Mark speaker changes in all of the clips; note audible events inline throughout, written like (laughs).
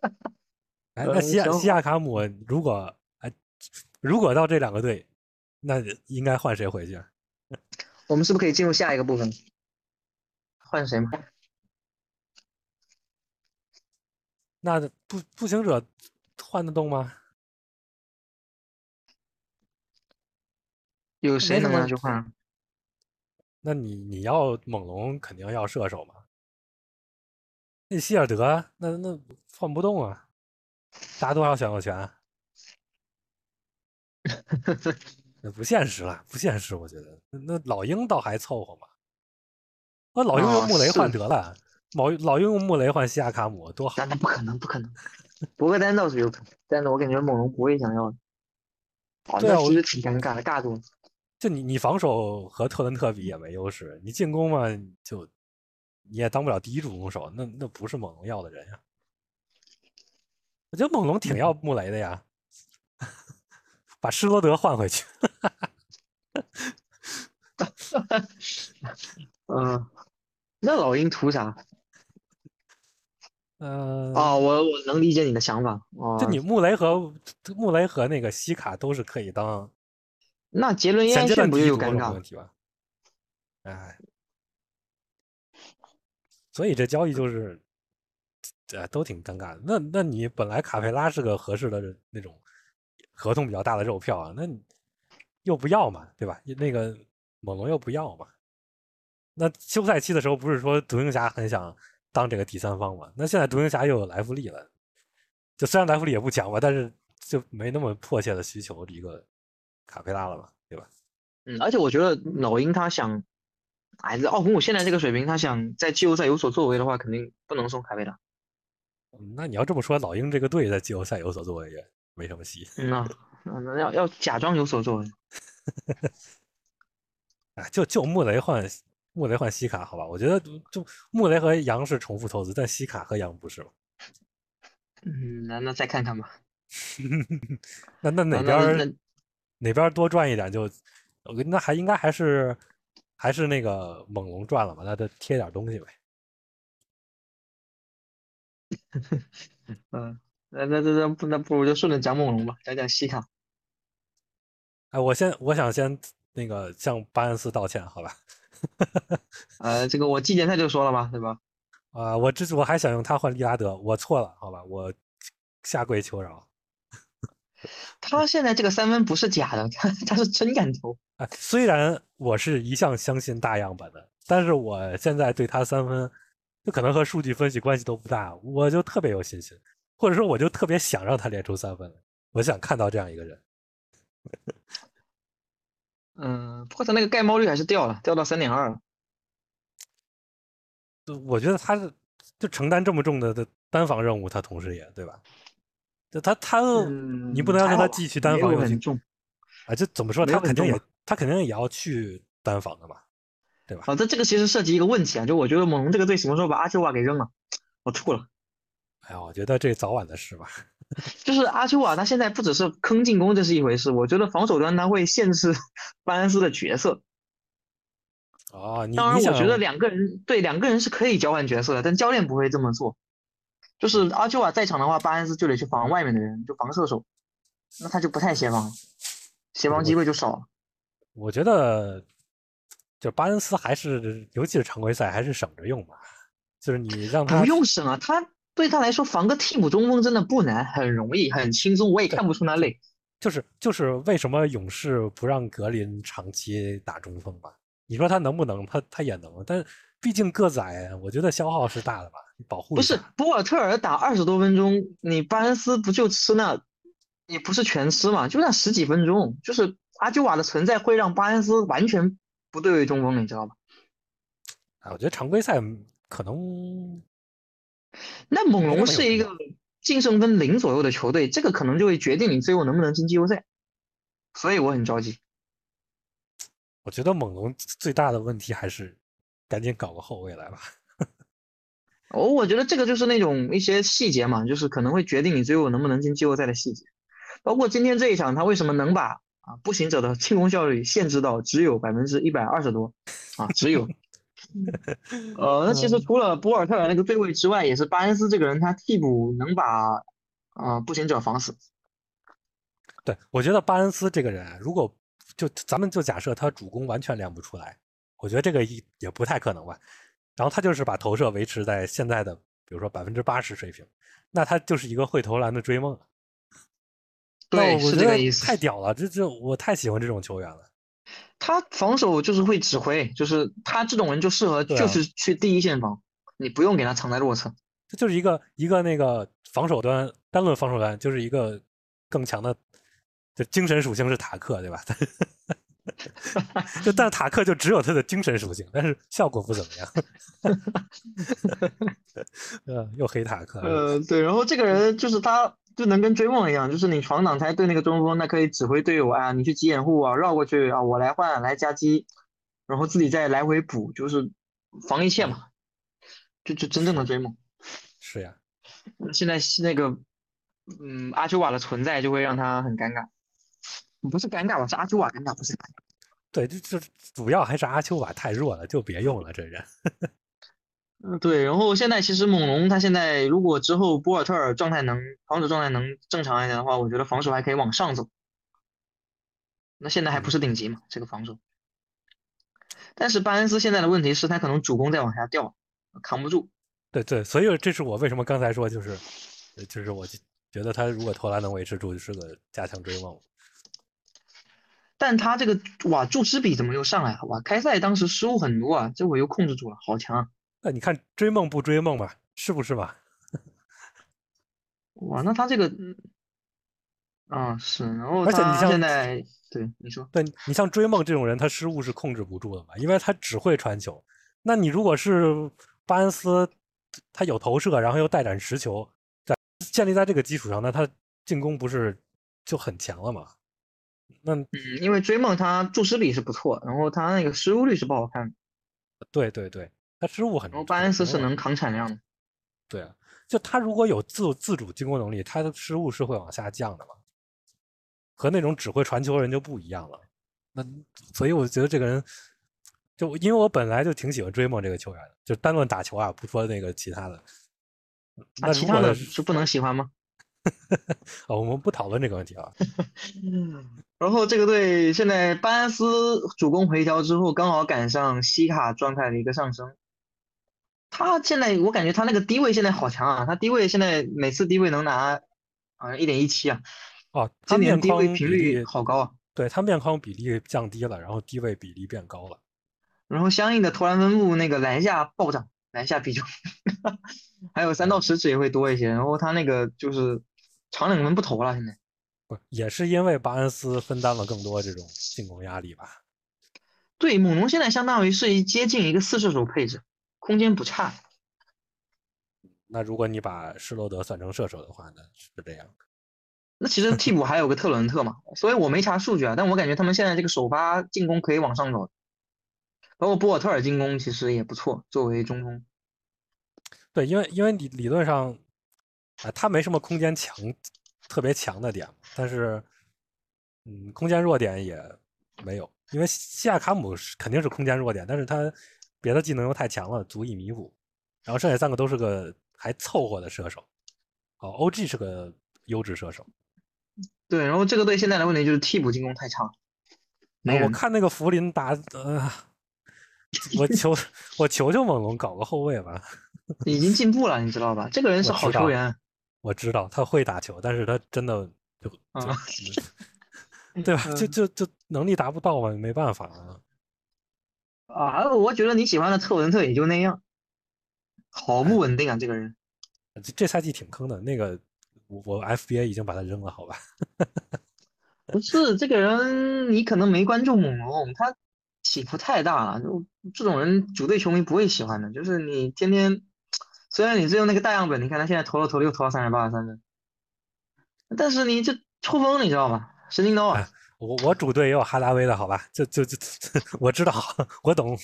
Speaker 1: 哎，
Speaker 2: 呃
Speaker 1: 那西亚
Speaker 2: 行
Speaker 1: 西亚卡姆如果哎，如果到这两个队，那应该换谁回去？啊
Speaker 3: 我们是不是可以进入下一个部分？换谁吗？
Speaker 1: 那步步行者换得动吗？
Speaker 3: 有谁
Speaker 1: 没什
Speaker 3: 能
Speaker 1: 么
Speaker 3: 拿去换啊？
Speaker 1: 那你你要猛龙肯定要射手嘛。那希尔德那那换不动啊，打多少选秀权啊？ (laughs) 那不现实了，不现实，我觉得。那老鹰倒还凑合嘛。那老鹰用
Speaker 3: 哦
Speaker 1: 穆雷换
Speaker 3: 是
Speaker 1: 得了，老老鹰用穆雷换西亚卡姆多好
Speaker 3: 那那不可能，不可能。博格丹倒是有可能，但是我感觉猛龙不会想要的。哦，
Speaker 1: 对啊
Speaker 3: 那
Speaker 1: 我
Speaker 3: 其实挺尴尬的，尬住了。
Speaker 1: 就你你防守和特伦特比也没优势，你进攻嘛就你也当不了第一主攻手，那那不是猛龙要的人呀、我觉得猛龙挺要穆雷的呀，把施罗德换回去。
Speaker 3: 嗯，那老鹰图啥？
Speaker 1: 嗯、
Speaker 3: 哦，我我能理解你的想法。哦，
Speaker 1: 就你穆雷和穆雷和那个西卡都是可以当
Speaker 3: 那杰伦约
Speaker 1: 前
Speaker 3: 翰
Speaker 1: 阶段
Speaker 3: 逊不
Speaker 1: 第
Speaker 3: 就
Speaker 1: 一
Speaker 3: 有
Speaker 1: 主攻
Speaker 3: 尴
Speaker 1: 手没
Speaker 3: 尬
Speaker 1: 问？题吧？哎，所以这交易就是，呃，都挺尴尬的。那那你本来卡佩拉是个合适的人那种合同比较大的肉票啊，那你又不要嘛，对吧？那个猛龙又不要嘛。那休赛期的时候不是说独行侠很想当这个第三方嘛？那现在独行侠又有莱弗利了，就虽然莱弗利也不强吧，但是就没那么迫切的需求一个卡佩拉了嘛，对吧？
Speaker 3: 嗯，而且我觉得老鹰他想，哎，奥孔古现在这个水平，他想在季后赛有所作为的话，肯定不能送凯贝拉。
Speaker 1: 嗯那你要这么说，老鹰这个队在季后赛有所作为也没什么戏 (laughs)
Speaker 3: 嗯呐，嗯那要要假装有所作为。
Speaker 1: 啊。就就穆雷换穆雷换西卡，好吧？我觉得
Speaker 3: 嗯
Speaker 1: 就就穆雷和杨是重复投资，但西卡和杨不是嘛？
Speaker 3: 嗯，那那再看看吧。
Speaker 1: 那那哪
Speaker 3: 啊那
Speaker 1: 边儿
Speaker 3: 那
Speaker 1: 哪边儿多赚一点就，我跟那还应该还是还是那个猛龙赚了吧？那就贴点东西呗。
Speaker 3: 嗯，那那那那不那不如就顺着讲猛龙吧，讲讲西卡。
Speaker 1: 哎，我先我想先那个向巴恩斯道歉，好吧？
Speaker 3: 呃，这个我季前赛就说了吧，对吧？
Speaker 1: 啊、我之我还想用他换利拉德，我错了，好吧？我下跪求饶。
Speaker 3: 他现在这个三分不是假的， (laughs) 他他是真敢投。
Speaker 1: 哎，虽然我是一向相信大样本的，但是我现在对他三分，就可能和数据分析关系都不大，我就特别有信心，或者说我就特别想让他练出三分来，我想看到这样一个人。
Speaker 3: 嗯，不过他那个盖帽率还是掉了，掉到三点二了。
Speaker 1: 就我觉得他是就承担这么重的的单防任务，他同时也对吧？就他他、
Speaker 3: 嗯
Speaker 1: 嗯你不能
Speaker 3: 还
Speaker 1: 让他
Speaker 3: 好吧
Speaker 1: 继续单
Speaker 3: 没
Speaker 1: 防
Speaker 3: 有
Speaker 1: 又去
Speaker 3: 很重。
Speaker 1: 啊，就怎么说
Speaker 3: 没
Speaker 1: 他
Speaker 3: 有很
Speaker 1: 肯定
Speaker 3: 重
Speaker 1: 也
Speaker 3: 吧
Speaker 1: 他肯定也要去单防的嘛，对吧？
Speaker 3: 好，啊这这个其实涉及一个问题啊，就我觉得猛龙这个队什么时候把阿丘瓦给扔了，我吐了。
Speaker 1: 哎呀，我觉得这早晚的事吧。
Speaker 3: 就是阿丘瓦他现在不只是坑进攻这是一回事，我觉得防守端他会限制 (laughs) 巴恩斯的角色。
Speaker 1: 哦，你
Speaker 3: 当然，
Speaker 1: 你
Speaker 3: 我
Speaker 1: 想
Speaker 3: 觉得两个人对两个人是可以交换角色的，但教练不会这么做。就是阿丘瓦在场的话，巴恩斯就得去防外面的人，就防射手，那他就不太协防了，协防机会就少了。
Speaker 1: 我觉得，就巴恩斯还是，尤其是常规赛，还是省着用吧。就是你让他
Speaker 3: 不用省啊，他对他来说防个替补中锋真的不难，很容易，很轻松，我也看不出他累。
Speaker 1: 就是就是为什么勇士不让格林长期打中锋吧？你说他能不能？他他也能，但毕竟个子矮，我觉得消耗是大的吧，你保护
Speaker 3: 不
Speaker 1: 一
Speaker 3: 是
Speaker 1: 下
Speaker 3: 博尔特尔打二十多分钟，你巴恩斯不就吃那，也不是全吃嘛，就那十几分钟，就是阿久瓦的存在会让巴恩斯完全不对位中锋，你知道吧？
Speaker 1: 啊。我觉得常规赛可能
Speaker 3: 那
Speaker 1: 嗯
Speaker 3: 猛
Speaker 1: 没那么有
Speaker 3: 龙是一
Speaker 1: 必
Speaker 3: 个
Speaker 1: 要
Speaker 3: 净胜分零左右的球队，这个可能就会决定你最后能不能进季后赛，所以我很着急。
Speaker 1: 我觉得猛龙最大的问题还是赶紧搞个后卫来吧。
Speaker 3: 我哦我觉得这个就是那种一些细节嘛，就是可能会决定你最后能不能进季后赛的细节，包括今天这一场他为什么能把
Speaker 1: (laughs)
Speaker 3: 啊步行者的进攻效率限制到只有百分之一百二十多啊，只有呃，那其
Speaker 1: 嗯
Speaker 3: 实除了博尔特尔那个对位之外，也是巴恩斯这个人，他替补能把啊步行者防
Speaker 1: 哦
Speaker 3: 死。
Speaker 1: 对，我觉得巴恩斯这个人啊，如果就咱们就假设他主攻完全练不出来，我觉得这个也也不太可能吧。然后他就是把投射维持在现在的，比如说百分之八十水平，那他就是一个会投篮的追梦。啊
Speaker 3: 对，
Speaker 1: 那我
Speaker 3: 是
Speaker 1: 觉
Speaker 3: 这个
Speaker 1: 得
Speaker 3: 意思。
Speaker 1: 太屌了，这这我太喜欢这种球员了。
Speaker 3: 他防守就是会指挥，就是他这种人就适合
Speaker 1: 对啊
Speaker 3: 就是去第一线防，你不用给他藏在弱侧。
Speaker 1: 这就是一个一个那个防守端单论防守端，就是一个更强的，就精神属性是塔克，对吧？ (laughs) 就但是塔克就只有他的精神属性，但是效果不怎么样。 (laughs) 呃，又黑塔克了。
Speaker 3: 呃，对，然后这个人就是他，就能跟追梦一样，就是你闯挡拆对那个中锋，那可以指挥队友啊，你去急掩护啊，绕过去啊，我来换来夹击，然后自己再来回补，就是防一切嘛，就就真正的追梦。
Speaker 1: 是呀，
Speaker 3: 现在是那个，嗯，阿丘瓦的存在就会让他很尴尬，不是尴尬吧，是阿丘瓦尴尬，不是他。
Speaker 1: 对，这这主要还是阿丘瓦太弱了，就别用了这人。
Speaker 3: 嗯，对，然后现在其实猛龙他现在如果之后博尔特尔状态能防守状态能正常一点的话，我觉得防守还可以往上走。那现在还不是顶级嘛，这个防守。但是巴恩斯现在的问题是他可能主攻在往下掉，扛不住。
Speaker 1: 对对，所以这是我为什么刚才说就是，呃就是我就觉得他如果投篮能维持住，就是个加强追梦。
Speaker 3: 但他这个哇注视比怎么又上来了？哇，开赛当时失误很多啊，这会又控制住了，好强啊！
Speaker 1: 那你看追梦不追梦嘛，是不是嘛？
Speaker 3: 哇，那他这个，嗯，啊是，然后
Speaker 1: 而且你
Speaker 3: 他
Speaker 1: 像
Speaker 3: 现在对你说。
Speaker 1: 对你像追梦这种人，他失误是控制不住的嘛，因为他只会传球。那你如果是巴恩斯，他有投射，然后又带点持球，在建立在这个基础上，那他进攻不是就很强了嘛？那
Speaker 3: 嗯，因为追梦他注视力是不错，然后他那个失误率是不好看的，
Speaker 1: 对对对，他失误很。
Speaker 3: 然后巴恩斯是
Speaker 1: 很重要
Speaker 3: 能扛产量的。
Speaker 1: 对啊，就他如果有自自主进攻能力，他的失误是会往下降的嘛，和那种只会传球的人就不一样了。那所以我觉得这个人，就因为我本来就挺喜欢追梦这个球员的，就单论打球啊，不说那个其他的。那
Speaker 3: 啊，其
Speaker 1: 如
Speaker 3: 他
Speaker 1: 果
Speaker 3: 的
Speaker 1: 是
Speaker 3: 就不能喜欢吗？
Speaker 1: 啊，我们不讨论这个问题啊。
Speaker 3: 嗯。然后这个队现在巴恩斯主攻回调之后，刚好赶上西卡状态的一个上升。他现在我感觉他那个低位现在好强啊，他低位现在每次低位能拿啊一点一七啊，
Speaker 1: 哦，他
Speaker 3: 今
Speaker 1: 面
Speaker 3: 年低位
Speaker 1: 框比
Speaker 3: 频率
Speaker 1: 例
Speaker 3: 好高啊。
Speaker 1: 对他面框比例降低了，然后低位比例变高了。
Speaker 3: 然后相应的投篮分布那个篮下暴涨，篮下比重， (laughs) 还有三到十指也会多一些。然后他那个就是长冷门不投了，现在
Speaker 1: 不，也是因为巴恩斯分担了更多这种进攻压力吧？
Speaker 3: 对猛龙现在相当于是一接近一个四射手配置，空间不差。
Speaker 1: 那如果你把施罗德算成射手的话，那是这样。
Speaker 3: 那其实替补还有个特伦特嘛，所以我没查数据啊，但我感觉他们现在这个首发进攻可以往上走，包括博尔特尔进攻其实也不错，作为中锋。
Speaker 1: 对，因为因为理理论上，啊、他没什么空间强，特别强的点，但是，嗯，空间弱点也没有，因为西亚卡姆是肯定是空间弱点，但是他别的技能又太强了，足以弥补。然后剩下三个都是个还凑合的射手，哦，OG 是个优质射手。
Speaker 3: 对，然后这个队现在的问题就是替补进攻太差，哦没
Speaker 1: 然哎后我
Speaker 3: 人。
Speaker 1: 看那个福林打，
Speaker 3: (laughs)
Speaker 1: 呃，我求我求求猛龙搞个后卫吧。
Speaker 3: 已经进步了，你知道吧？这个人是
Speaker 1: 我
Speaker 3: 好
Speaker 1: 知道
Speaker 3: 球员。
Speaker 1: 我知道他会打球，但是他真的就就、
Speaker 3: 啊
Speaker 1: 对
Speaker 3: (laughs)
Speaker 1: 吧？就
Speaker 3: 嗯
Speaker 1: 就就能力达不到嘛，没办法啊。
Speaker 3: 啊，我觉得你喜欢的特伦特也就那样，好
Speaker 1: 哎
Speaker 3: 不稳定啊，这个人。
Speaker 1: 呃这这赛季挺坑的，那个我我 FBA 已经把他扔了，好吧？ (laughs)
Speaker 3: 不是这个人，你可能没关注猛龙，他起伏太大了，就这种人主队球迷不会喜欢的。就是你天天，虽然你只有那个大样本，你看他现在投了投了又投了三十八三分，但是你这抽风，你知道吗？神经刀啊！
Speaker 1: 我我主队也有哈达威的，好吧？就就就 (laughs) 我知道， (laughs) 我懂。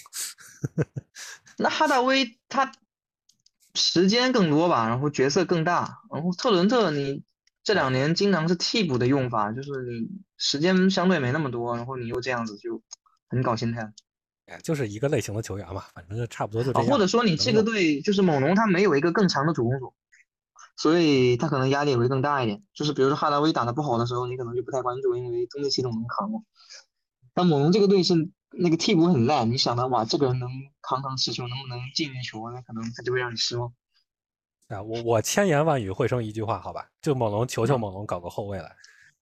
Speaker 3: 那哈达威他时间更多吧，然后角色更大，然后特伦特你这两年经常是替补的用法，就是你时间相对没那么多，然后你又这样子就很搞心态。
Speaker 1: 哎，就是一个类型的球员嘛，反正就差不多就这
Speaker 3: 啊，
Speaker 1: 样。
Speaker 3: 或者说你这个队就是猛龙，他没有一个更强的主攻手，所以他可能压力也会更大一点。就是比如说哈达威打得不好的时候，你可能就不太关注，因为中队系统能扛嘛。但猛龙这个队是那个替补很烂，你想到哇，这个人能扛扛持球，能不能进进球，啊那可能他就会让你失望。
Speaker 1: 啊，我我千言万语汇成一句话，好吧，就猛龙求求
Speaker 3: 嗯
Speaker 1: 猛龙搞个后卫来，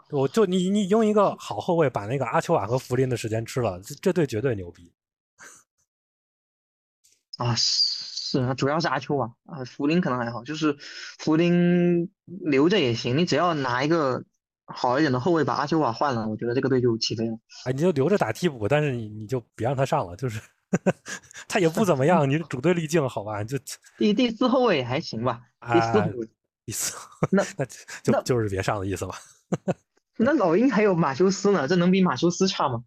Speaker 1: 我就你你用一个好后卫把那个阿丘瓦和福林的时间吃了，这这队绝对牛逼。
Speaker 3: 啊，是啊，主要是阿丘啊，啊，福林可能还好，就是福林留着也行，你只要拿一个好一点的后卫把阿丘瓦换了，我觉得这个队就起飞了。
Speaker 1: 哎，你就留着打替补，但是你你就别让他上了，就是 (laughs) 他也不怎么样，你主队滤镜好吧，就
Speaker 3: 第第四后卫还行吧，第四
Speaker 1: 啊
Speaker 3: 后卫
Speaker 1: 意思， (laughs)
Speaker 3: 那
Speaker 1: 那就就
Speaker 3: 那
Speaker 1: 就是别上的意思吧。
Speaker 3: 那老鹰还有马修斯呢，这能比马修斯差吗？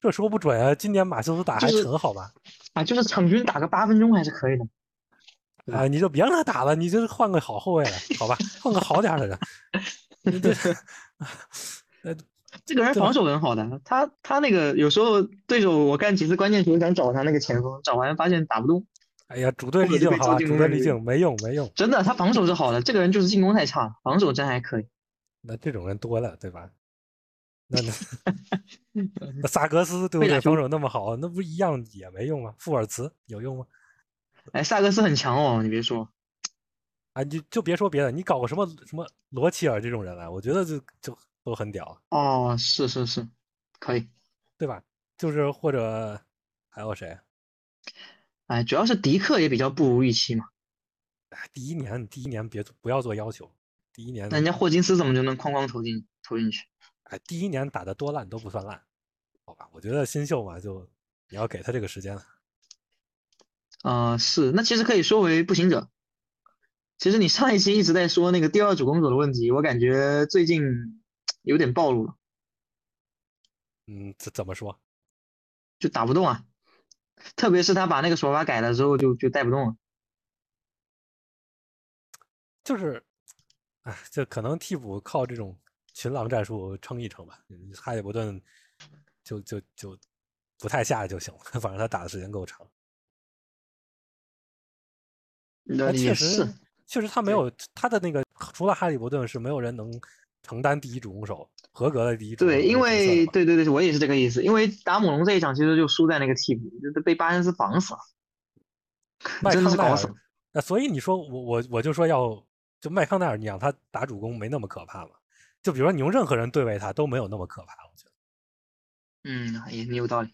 Speaker 1: 这说不准啊，今年马修斯打还
Speaker 3: 就是
Speaker 1: 成好吧？
Speaker 3: 啊，就是场均打个八分钟还是可
Speaker 1: (laughs)
Speaker 3: 以的。嗯
Speaker 1: 啊，你就别让他打了，你就换个好后卫来，好吧？换个好点儿的人。你
Speaker 3: (laughs)
Speaker 1: 这
Speaker 3: 这个人
Speaker 1: 呃对吧
Speaker 3: 防守很好的，他他那个有时候对手我干几次关键球想找他那个前锋，找完发现打不动，
Speaker 1: 哎呀，主队
Speaker 3: 或者
Speaker 1: 滤
Speaker 3: 就
Speaker 1: 镜
Speaker 3: 被
Speaker 1: 好
Speaker 3: 周
Speaker 1: 吧，
Speaker 3: 静
Speaker 1: 主
Speaker 3: 茹
Speaker 1: 队
Speaker 3: 那
Speaker 1: 滤
Speaker 3: 个
Speaker 1: 镜没用没用，
Speaker 3: 真的他防守是好的，这个人就是进攻太差了，防守真还可以。
Speaker 1: 那这种人多了，对吧？那那
Speaker 3: (laughs)
Speaker 1: 那萨格斯对不
Speaker 3: 贝
Speaker 1: 对？
Speaker 3: 塔
Speaker 1: 防守那么好，那不一样也没用吗？富尔茨有用吗？
Speaker 3: 哎，萨克斯很强哦，你别说，
Speaker 1: 啊，你就别说别的，你搞个什么什么罗齐尔这种人来，我觉得就就都很屌，
Speaker 3: 哦，是是是，可以。
Speaker 1: 对吧？就是或者还有谁？
Speaker 3: 哎，主要是迪克也比较不如预期嘛，
Speaker 1: 哎第一年第一年别不要做要求，第一年
Speaker 3: 那人家霍金斯怎么就能哐哐投进投进去？
Speaker 1: 哎，第一年打的多烂都不算烂，好吧？我觉得新秀嘛，就你要给他这个时间了。
Speaker 3: 啊、是，那其实可以说回步行者。其实你上一期一直在说那个第二主攻手的问题，我感觉最近有点暴露了，
Speaker 1: 嗯，怎怎么说？
Speaker 3: 就打不动啊。特别是他把那个手法改了之后就，就带不动了。
Speaker 1: 就是，哎，就可能替补靠这种群狼战术撑一撑吧。嗯哈利伯顿就就就不太下就行了， (laughs) 反正他打的时间够长。
Speaker 3: 那
Speaker 1: 但确
Speaker 3: 也是
Speaker 1: 实，，确实他没
Speaker 3: 对
Speaker 1: 有他的那个，除了哈利伯顿是没有人能承担第一主攻手合格的第一主攻手
Speaker 3: 对，
Speaker 1: 的
Speaker 3: 因
Speaker 1: 角色了
Speaker 3: 为
Speaker 1: 吧
Speaker 3: 对对对，我也是这个意思。因为打猛龙这一场其实就输在那个替补，就是被巴恩斯防死了，
Speaker 1: 麦
Speaker 3: 真
Speaker 1: 康
Speaker 3: 的是
Speaker 1: 奈
Speaker 3: 搞
Speaker 1: 尔
Speaker 3: 死了。
Speaker 1: 那所以你说我我我就说要就麦康奈尔，你让他打主攻没那么可怕嘛？就比如说你用任何人对位他都没有那么可怕，我觉得，
Speaker 3: 嗯，也你有道理。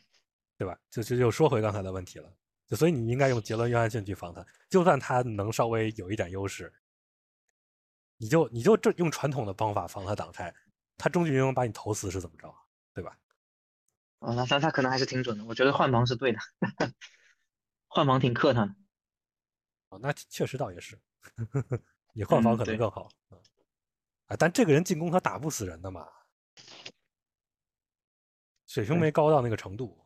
Speaker 1: 对吧？就就又说回刚才的问题了，就所以你应该用杰伦·约翰逊去防他，就算他能稍微有一点优势，你就你就这用传统的方法防他挡拆，他终究能把你投死是怎么着啊，对吧？
Speaker 3: 啊、那他他可能还是挺准的，我觉得换防是对的， (laughs) 换防挺克他的。
Speaker 1: 哦，那确实倒也是，你换防
Speaker 3: 嗯
Speaker 1: 可能
Speaker 3: 对
Speaker 1: 更好。嗯啊，但这个人进攻他打不死人的嘛，水平
Speaker 3: 对
Speaker 1: 没高到那个程度。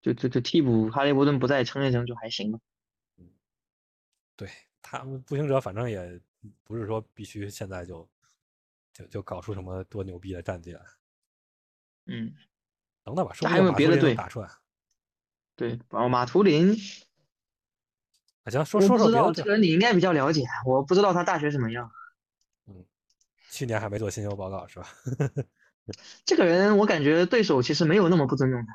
Speaker 3: 就就就替补哈利伯顿不在，撑一撑就还行吧。
Speaker 1: 对他们步行者，反正也不是说必须现在就就就搞出什么多牛逼的战绩来，
Speaker 3: 嗯，
Speaker 1: 等等吧，说不
Speaker 3: 那还
Speaker 1: 定
Speaker 3: 有没有
Speaker 1: 马
Speaker 3: 别
Speaker 1: 图
Speaker 3: 的
Speaker 1: 林能
Speaker 3: 队
Speaker 1: 打出来。
Speaker 3: 对，哦，马图林，
Speaker 1: 啊，行，说
Speaker 3: 我
Speaker 1: 说
Speaker 3: 不
Speaker 1: 说
Speaker 3: 知
Speaker 1: 别
Speaker 3: 道
Speaker 1: 的
Speaker 3: 这
Speaker 1: 队
Speaker 3: 个人你应该比较了解，我不知道他大学什么样。
Speaker 1: 去年还没做新秀报告是吧？ (laughs)
Speaker 3: 这个人我感觉对手其实没有那么不尊重他。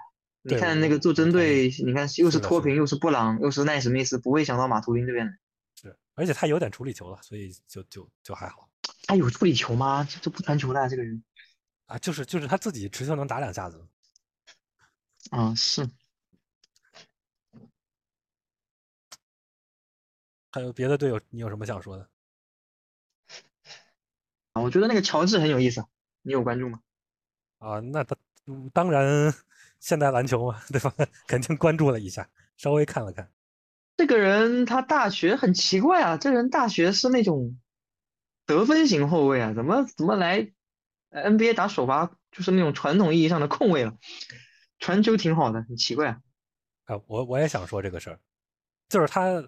Speaker 3: 你
Speaker 1: 对我
Speaker 3: 看那个做
Speaker 1: 我同
Speaker 3: 针
Speaker 1: 意
Speaker 3: 对，你看又
Speaker 1: 是
Speaker 3: 是
Speaker 1: 的
Speaker 3: 脱
Speaker 1: 是的
Speaker 3: 贫，又是布朗，又是奈史密斯，不会想到马图林这边来。
Speaker 1: 是，而且他有点处理球了，所以就就就还好
Speaker 3: 他有哎处理球吗？这这不传球的啊这个人
Speaker 1: 啊，就是就是他自己持球能打两下子。
Speaker 3: 啊，是
Speaker 1: 还有别的队友，你有什么想说的？
Speaker 3: 啊，我觉得那个乔治很有意思，啊你有关注吗？
Speaker 1: 啊，那他嗯当然，现代篮球嘛， (laughs) 对吧？肯定关注了一下，稍微看了看。
Speaker 3: 这个人他大学很奇怪啊，这人大学是那种得分型后卫啊，怎么怎么来呃 NBA 打首发就是那种传统意义上的控卫了，传球挺好的，很奇怪啊。
Speaker 1: 啊，我我也想说这个事儿，就是他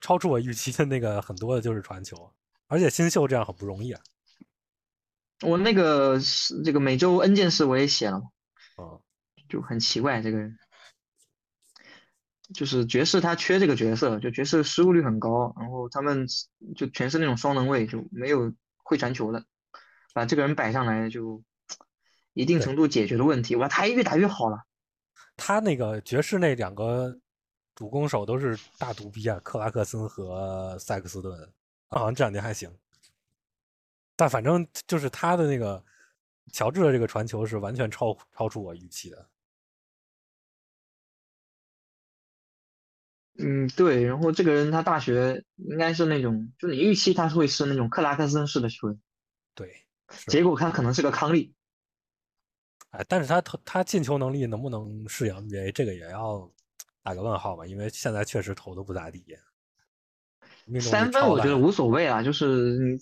Speaker 1: 超出我预期的那个很多的就是传球，而且新秀这样很不容易啊。
Speaker 3: 我那个是这个每周 N 件事我也写了嘛，
Speaker 1: 嗯，
Speaker 3: 就很奇怪这个人。就是爵士他缺这个角色，就爵士失误率很高，然后他们就全是那种双能卫，就没有会传球的，把这个人摆上来就一定程度解决了问题。哇，他越打越好了。
Speaker 1: 他那个爵士那两个主攻手都是大毒逼啊，克拉克森和塞克斯顿，好、像这两年还行，但反正就是他的那个乔治的这个传球是完全超超出我预期的。
Speaker 3: 嗯，对。然后这个人他大学应该是那种，就你预期他会是那种克拉克森式的球员，
Speaker 1: 对，是
Speaker 3: 结果他可能是个康利。
Speaker 1: 哎，但是他投他进球能力能不能适应 NBA，这个也要打个问号吧，因为现在确实投的不咋地。命中率
Speaker 3: 三分
Speaker 1: 超
Speaker 3: 我觉得
Speaker 1: 烂
Speaker 3: 无所谓啦，就是你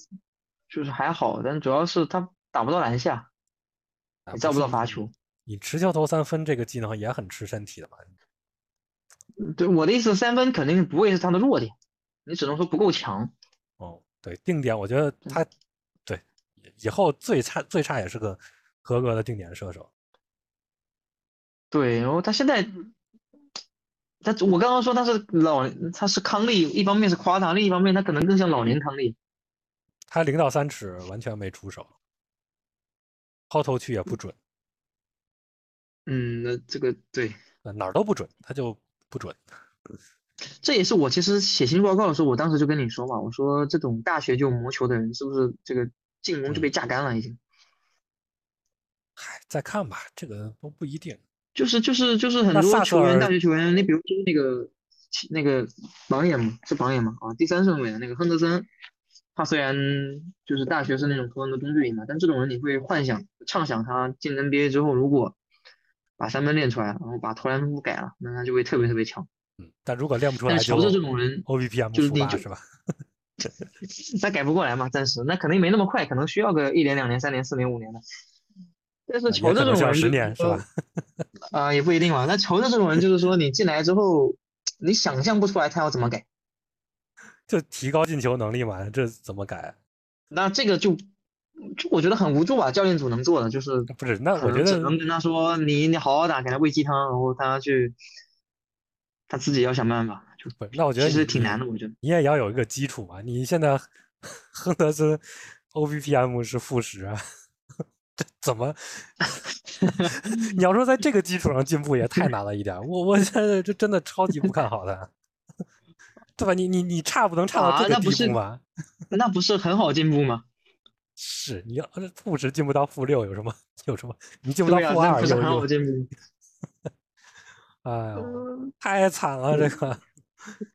Speaker 3: 就是还好，但主要是他打不到篮下，
Speaker 1: 啊
Speaker 3: 也造不
Speaker 1: 是
Speaker 3: 到罚
Speaker 1: 你
Speaker 3: 球。
Speaker 1: 你持球投三分这个技能也很吃身体的嘛。
Speaker 3: 对，我的意思，三分肯定不会是他的弱点，你只能说不够强。
Speaker 1: 哦，对，定点，我觉得他对以后最差最差也是个合格的定点射手。
Speaker 3: 对，然后他现在，他我刚刚说他是老，他是康利，一方面是夸他，另一方面他可能更像老年康利。
Speaker 1: 他零到三尺完全没出手，抛投区也不准，
Speaker 3: 嗯，那这个对，
Speaker 1: 呃哪儿都不准，他就不准。
Speaker 3: 这也是我其实写新闻报告的时候，我当时就跟你说嘛，我说这种大学就磨球的人，是不是这个进攻就被榨干了已经？
Speaker 1: 嗨，再看吧，这个都不一定。
Speaker 3: 就是就是就是很
Speaker 1: 那
Speaker 3: 多
Speaker 1: 萨
Speaker 3: 球
Speaker 1: 特
Speaker 3: 员，
Speaker 1: 尔
Speaker 3: 大学球员，你比如说那个那个榜眼嘛，是榜眼嘛啊，第三顺位的那个亨德森，他虽然就是大学是那种投篮的中距离嘛，但这种人你会幻想畅想他进 NBA 之后，如果把三分练出来了，然后把投篮分布改了，那他就会特别特别强。
Speaker 1: 嗯，但如果练不出
Speaker 3: 但
Speaker 1: 来哦
Speaker 3: 是
Speaker 1: 就
Speaker 3: 乔治这种人
Speaker 1: OBPM
Speaker 3: 就是
Speaker 1: 负
Speaker 3: 你
Speaker 1: 八
Speaker 3: 就是
Speaker 1: 吧？
Speaker 3: 那改不过来嘛，暂时那肯定没那么快，可能需要个一年、两年、三年、四年、五年的。但是
Speaker 1: 也
Speaker 3: 乔
Speaker 1: 可
Speaker 3: 治这
Speaker 1: 能需
Speaker 3: 种
Speaker 1: 要
Speaker 3: 人
Speaker 1: 十
Speaker 3: 就
Speaker 1: 年是
Speaker 3: 说
Speaker 1: 吧？
Speaker 3: 啊、也不一定嘛。那球的这种人就是说，你进来之后，你想象不出来他要怎么改，
Speaker 1: 就提高进球能力嘛，这怎么改？
Speaker 3: 那这个就就我觉得很无助啊。教练组能做的就是，
Speaker 1: 不是，那
Speaker 3: 可
Speaker 1: 我
Speaker 3: 能
Speaker 1: 觉
Speaker 3: 只
Speaker 1: 得
Speaker 3: 能跟他说，你你好好打，给他喂鸡汤，然后他去他自己要想办法。就
Speaker 1: 不是，那我觉得
Speaker 3: 其实
Speaker 1: 你
Speaker 3: 挺难的，我觉得。
Speaker 1: 你也要有一个基础嘛。你现在亨德森 OBPM 是负十啊， (laughs) 这怎么？ (laughs) 你要说在这个基础上进步也太难了一点儿。我我现在这真的超级不看好他， (laughs) 对吧？你你你差不能差到
Speaker 3: 啊
Speaker 1: 这个
Speaker 3: 那不
Speaker 1: 地
Speaker 3: 是
Speaker 1: 步吗？
Speaker 3: 那不是很好进步吗？
Speaker 1: 是你要负十进不到负六有什么有什么？你进不到
Speaker 3: 对啊，
Speaker 1: 负
Speaker 3: 那
Speaker 1: 二
Speaker 3: 不是
Speaker 1: 有
Speaker 3: 很好
Speaker 1: 有
Speaker 3: 进步。
Speaker 1: 哎呦，
Speaker 3: 嗯
Speaker 1: 太惨了这个。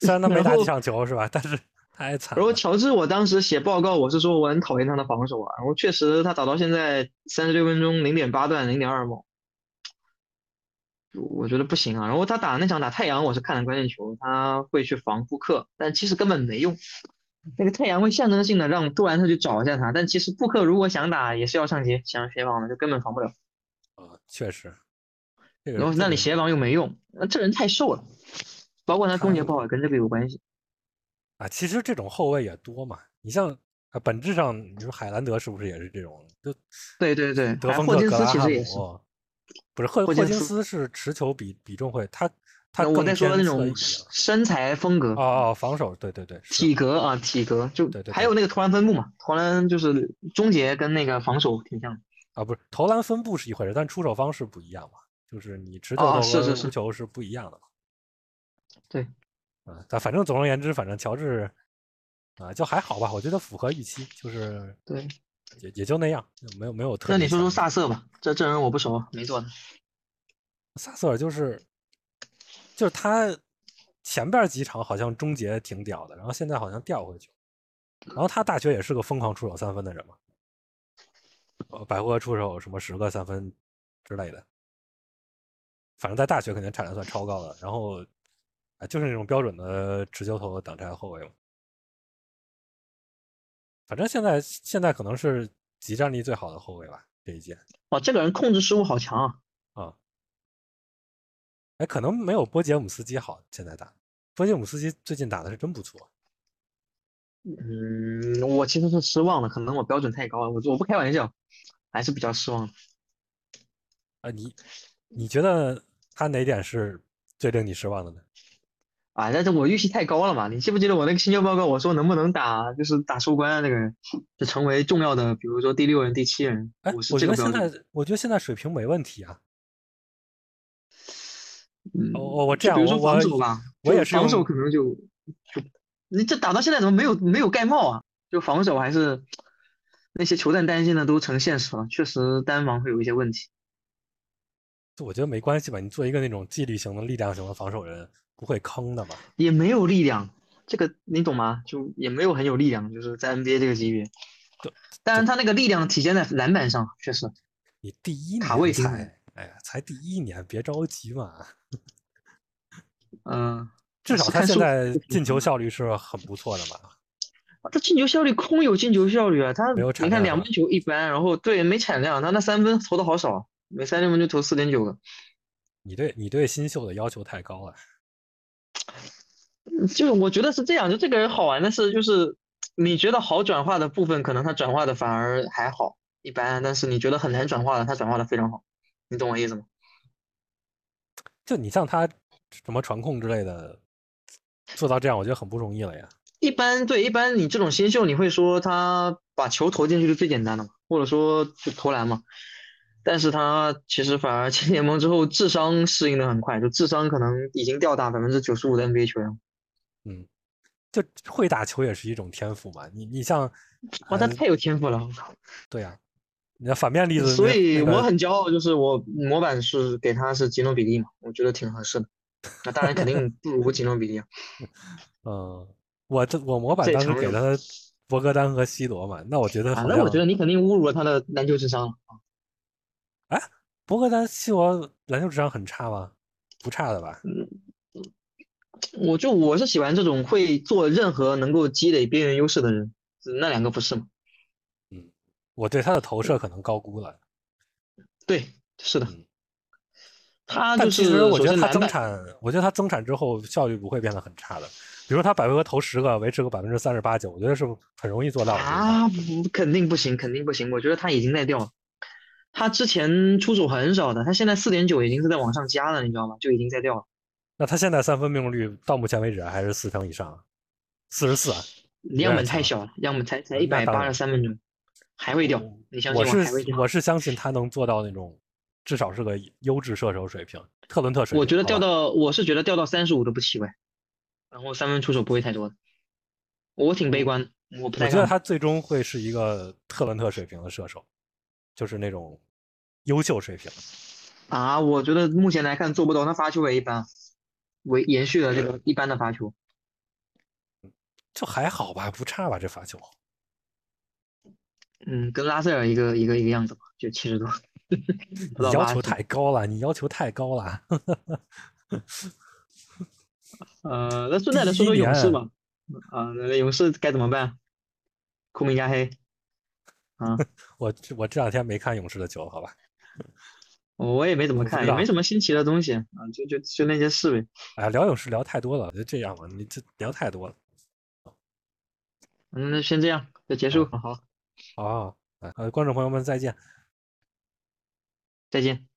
Speaker 1: 虽然他没
Speaker 3: 然
Speaker 1: 打几
Speaker 3: 后
Speaker 1: 场球是吧？但
Speaker 3: (laughs)
Speaker 1: 是太惨
Speaker 3: 然后
Speaker 1: 了。
Speaker 3: 乔治，我当时写报告，我是说我很讨厌他的防守啊。然后确实，他打到现在三十六分钟，零点八断，零点二帽，就我觉得不行啊。然后他打那场打太阳，我是看了关键球，他会去防布克，但其实根本没用。那个太阳会象征性的让杜兰特去找一下他，但其实布克如果想打也是要上街，想协防的就根本防不了。
Speaker 1: 啊，确实。这个
Speaker 3: 然后
Speaker 1: 这
Speaker 3: 那
Speaker 1: 个
Speaker 3: 里协防又没用，那这人太瘦了，包括他终结不好也跟这个有关系。
Speaker 1: 啊，其实这种后卫也多嘛。你像啊，本质上你说海兰德是不是也是这种？就
Speaker 3: 对对对，
Speaker 1: 德
Speaker 3: 还
Speaker 1: 芬
Speaker 3: 霍
Speaker 1: 特、
Speaker 3: 金
Speaker 1: 格
Speaker 3: 斯
Speaker 1: 拉
Speaker 3: 其
Speaker 1: 汉
Speaker 3: 实也是。
Speaker 1: 姆，不是霍
Speaker 3: 霍
Speaker 1: 金
Speaker 3: 金斯
Speaker 1: 斯是持球比比重会，他他
Speaker 3: 那我
Speaker 1: 更
Speaker 3: 在说的
Speaker 1: 偏
Speaker 3: 那
Speaker 1: 侧翼
Speaker 3: 种身身材风格
Speaker 1: 啊。哦哦，防守，对对对，是
Speaker 3: 体格啊，体格就
Speaker 1: 对对
Speaker 3: 还
Speaker 1: 对
Speaker 3: 有那个投篮分布嘛，投篮就是终结跟那个防守挺像的。
Speaker 1: 啊，不是投篮分布是一回事，但出手方式不一样嘛，就是你持球
Speaker 3: 啊
Speaker 1: 投
Speaker 3: 是
Speaker 1: 跟
Speaker 3: 是
Speaker 1: 无
Speaker 3: 是
Speaker 1: 球是不一样的嘛。
Speaker 3: 对，
Speaker 1: 啊，但反正总而言之，反正乔治啊就还好吧，我觉得符合预期，就是
Speaker 3: 对，
Speaker 1: 也也就那样，就没有没有特别。
Speaker 3: 那你说说萨瑟吧，这这人我不熟，没做的。
Speaker 1: 萨瑟尔就是就是他前边几场好像终结挺屌的，然后现在好像掉回去了。然后他大学也是个疯狂出手三分的人嘛，呃，百合出手什么十个三分之类的，反正在大学肯定产量算超高的。然后啊，就是那种标准的持球投的挡拆后卫嘛。反正现在现在可能是集战力最好的后卫吧，这一届。
Speaker 3: 哇，哦这个人控制失误好强啊！
Speaker 1: 啊，哎，可能没有波杰姆斯基好。现在打波杰姆斯基最近打的是真不错。
Speaker 3: 嗯，我其实是失望的，可能我标准太高了，我我不开玩笑，还是比较失望的。
Speaker 1: 啊，你你觉得他哪点是最令你失望的呢？
Speaker 3: 啊，但是我预期太高了嘛。你记不记得我那个新秀报告，我说能不能打就是打收官的那个人，就成为重要的，比如说第六人、第七人，
Speaker 1: 哎，
Speaker 3: 我是
Speaker 1: 我
Speaker 3: 这
Speaker 1: 觉
Speaker 3: 个
Speaker 1: 得
Speaker 3: 标
Speaker 1: 现
Speaker 3: 准。
Speaker 1: 在我觉得现在水平没问题啊。
Speaker 3: 嗯，
Speaker 1: 我我我这样，
Speaker 3: 就比如
Speaker 1: 啊我
Speaker 3: 说防守
Speaker 1: 我
Speaker 3: 吧，
Speaker 1: 我
Speaker 3: 就
Speaker 1: 也是
Speaker 3: 防守
Speaker 1: 用
Speaker 3: 可能就就你这打到现在怎么没有没有盖帽啊？就防守还是那些球战担心的都成现实了，确实单防会有一些问题。
Speaker 1: 我觉得没关系吧。你做一个那种纪律型的、力量型的防守人，不会坑的嘛。
Speaker 3: 也没有力量，这个你懂吗？就也没有很有力量，就是在 NBA 这个级别
Speaker 1: 对。
Speaker 3: 当然，他那个力量体现在篮板上，确实
Speaker 1: 你第一
Speaker 3: 卡位
Speaker 1: 年
Speaker 3: 平衡
Speaker 1: 才，哎呀，才第一年，别着急嘛。
Speaker 3: 嗯，
Speaker 1: 至少
Speaker 3: 是
Speaker 1: 他
Speaker 3: 看
Speaker 1: 现
Speaker 3: 数据
Speaker 1: 在
Speaker 3: 的平
Speaker 1: 进球
Speaker 3: 衡
Speaker 1: 效率是很不错的嘛。
Speaker 3: 他啊进球效率空有进球效率啊，他
Speaker 1: 没有
Speaker 3: 你
Speaker 1: 产
Speaker 3: 看
Speaker 1: 量
Speaker 3: 两
Speaker 1: 是吧
Speaker 3: 分球一般，然后对没产量，他那三分投的好少，每三六分就投四点九个，
Speaker 1: 你对你对新秀的要求太高了。啊
Speaker 3: 嗯就是我觉得是这样，就这个人好玩的是，就是你觉得好转化的部分，可能他转化的反而还好一般，但是你觉得很难转化的，他转化的非常好，你懂我意思吗？
Speaker 1: 就你像他什么传控之类的，做到这样，我觉得很不容易了呀。
Speaker 3: 一般对，一般你这种新秀，你会说他把球投进去是最简单的嘛，或者说就投篮嘛。但是他其实反而 (laughs) 进联盟之后，智商适应的很快，就智商可能已经吊打百分之九十五的 NBA 球员了。
Speaker 1: 嗯，就会打球也是一种天赋嘛。你你像，
Speaker 3: 哇，他
Speaker 1: 嗯
Speaker 3: 太有天赋了！我靠
Speaker 1: 对呀、啊你的反面例子那，
Speaker 3: 嗯所以
Speaker 1: 那个
Speaker 3: 我很骄傲，就是我模板是给他是吉诺比利嘛，我觉得挺合适的。那当然
Speaker 1: (laughs)
Speaker 3: 肯定不如吉诺比利啊，
Speaker 1: 嗯，我这我模板
Speaker 3: 这
Speaker 1: 当时
Speaker 3: 承
Speaker 1: 给
Speaker 3: 认
Speaker 1: 了博格丹和西罗嘛，那我觉得
Speaker 3: 啊
Speaker 1: 好像、
Speaker 3: 那我觉得你肯定侮辱了他的篮球智商了。
Speaker 1: 博格丹、西罗篮球智商很差吗？不差的吧？
Speaker 3: 嗯我就我是喜欢这种会做任何能够积累边缘优势的人，那两个不是吗？
Speaker 1: 我对他的投
Speaker 3: 嗯
Speaker 1: 射可能高估了。
Speaker 3: 对，是的
Speaker 1: 嗯，
Speaker 3: 他
Speaker 1: 但
Speaker 3: 就
Speaker 1: 其
Speaker 3: 是
Speaker 1: 实我觉
Speaker 3: 首
Speaker 1: 得
Speaker 3: 先
Speaker 1: 他
Speaker 3: 篮
Speaker 1: 增
Speaker 3: 板，
Speaker 1: 产，我觉得他增产之后效率不会变得很差的。比如他百回合投十个，维持个百分之三十八九，我觉得是很容易做到的。
Speaker 3: 啊，不肯定不行，肯定不行。我觉得他已经在掉了，他之前出手很少的，他现在四点九已经是在往上加了，你知道吗？就已经在掉了。
Speaker 1: 那他现在三分命中率到目前为止还是四成以上，四十四。啊
Speaker 3: 样本太
Speaker 1: 强
Speaker 3: 小了，样本才才
Speaker 1: 呃那
Speaker 3: 一百
Speaker 1: 当
Speaker 3: 八
Speaker 1: 然
Speaker 3: 十三分钟，还会掉
Speaker 1: 我，
Speaker 3: 你相
Speaker 1: 我
Speaker 3: 信还会
Speaker 1: 是
Speaker 3: 掉。
Speaker 1: 我是相信他能做到那种，至少是个优质射手水平，特伦特水平。
Speaker 3: 我觉得掉
Speaker 1: 好吧
Speaker 3: 到，我是觉得掉到三十五都不奇怪，然后三分出手不会太多的，我挺悲观的，我
Speaker 1: 嗯
Speaker 3: 不
Speaker 1: 我
Speaker 3: 太
Speaker 1: 觉得
Speaker 3: 看
Speaker 1: 他最终会是一个特伦特水平的射手，就是那种优秀水平。
Speaker 3: 好啊，我觉得目前来看做不到，他罚球也一般，维延续了这
Speaker 1: 呃
Speaker 3: 个一般的罚球。
Speaker 1: 就还好吧，不差吧，这罚球。
Speaker 3: 嗯，跟拉塞尔一个一个一个样子吧，就七十多， (laughs) 不
Speaker 1: 你
Speaker 3: 到
Speaker 1: 要
Speaker 3: 八
Speaker 1: 求
Speaker 3: 十。
Speaker 1: 太高了，你要求太高了。 (laughs)
Speaker 3: 呃，那顺带
Speaker 1: 第
Speaker 3: 的说
Speaker 1: 一
Speaker 3: 说勇士
Speaker 1: 年
Speaker 3: 吧，啊，那勇士该怎么办？库明加黑，啊，
Speaker 1: 我这我这两天没看勇士的球，好吧？
Speaker 3: 我也没怎么
Speaker 1: 我不知
Speaker 3: 看，也没
Speaker 1: 道
Speaker 3: 什么新奇的东西啊，就就就那些事呗。
Speaker 1: 哎呀，聊勇士聊太多了，我觉得这样吧，你这聊太多了。
Speaker 3: 嗯，那先这样，就结
Speaker 1: 嗯
Speaker 3: 束，好，
Speaker 1: 哦啊好好，好呃，观众朋友们再见。
Speaker 3: 再见。